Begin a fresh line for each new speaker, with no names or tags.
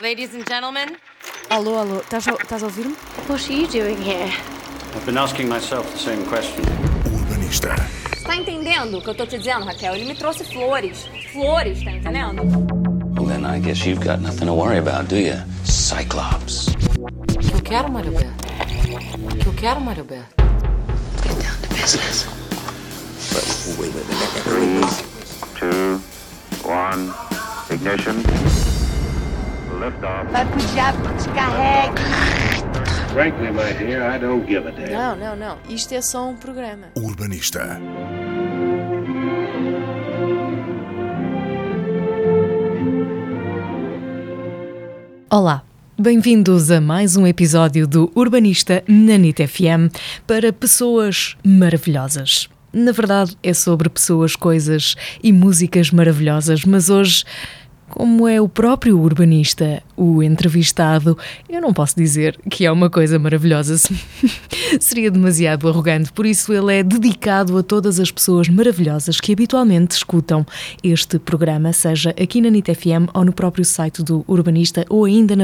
Ladies and gentlemen,
Alô, alô, estás a, estás a ouvir-me?
What are you doing here?
I've been asking myself the same question.
O urbanista.
Tá entendendo o que eu tô te dizendo, Raquel? Ele me trouxe flores. Flores, tá entendendo?
Well, then I guess you've got nothing to worry about, do you? Cyclops.
o que eu quero, Mário Beto? O que eu quero, Mário Beto?
Get down to business.
two, one, ignition. Liftoff. Frankly, my dear, I don't give a damn.
Não, não, não. Isto é só um programa.
O urbanista.
Olá, bem-vindos a mais um episódio do Urbanista na NIT FM para pessoas maravilhosas. Na verdade, é sobre pessoas, coisas e músicas maravilhosas, mas hoje, como é o próprio urbanista, o entrevistado, eu não posso dizer que é uma coisa maravilhosa, se- seria demasiado arrogante, por isso ele é dedicado a todas as pessoas maravilhosas que habitualmente escutam este programa, seja aqui na NIT FM ou no próprio site do Urbanista ou ainda na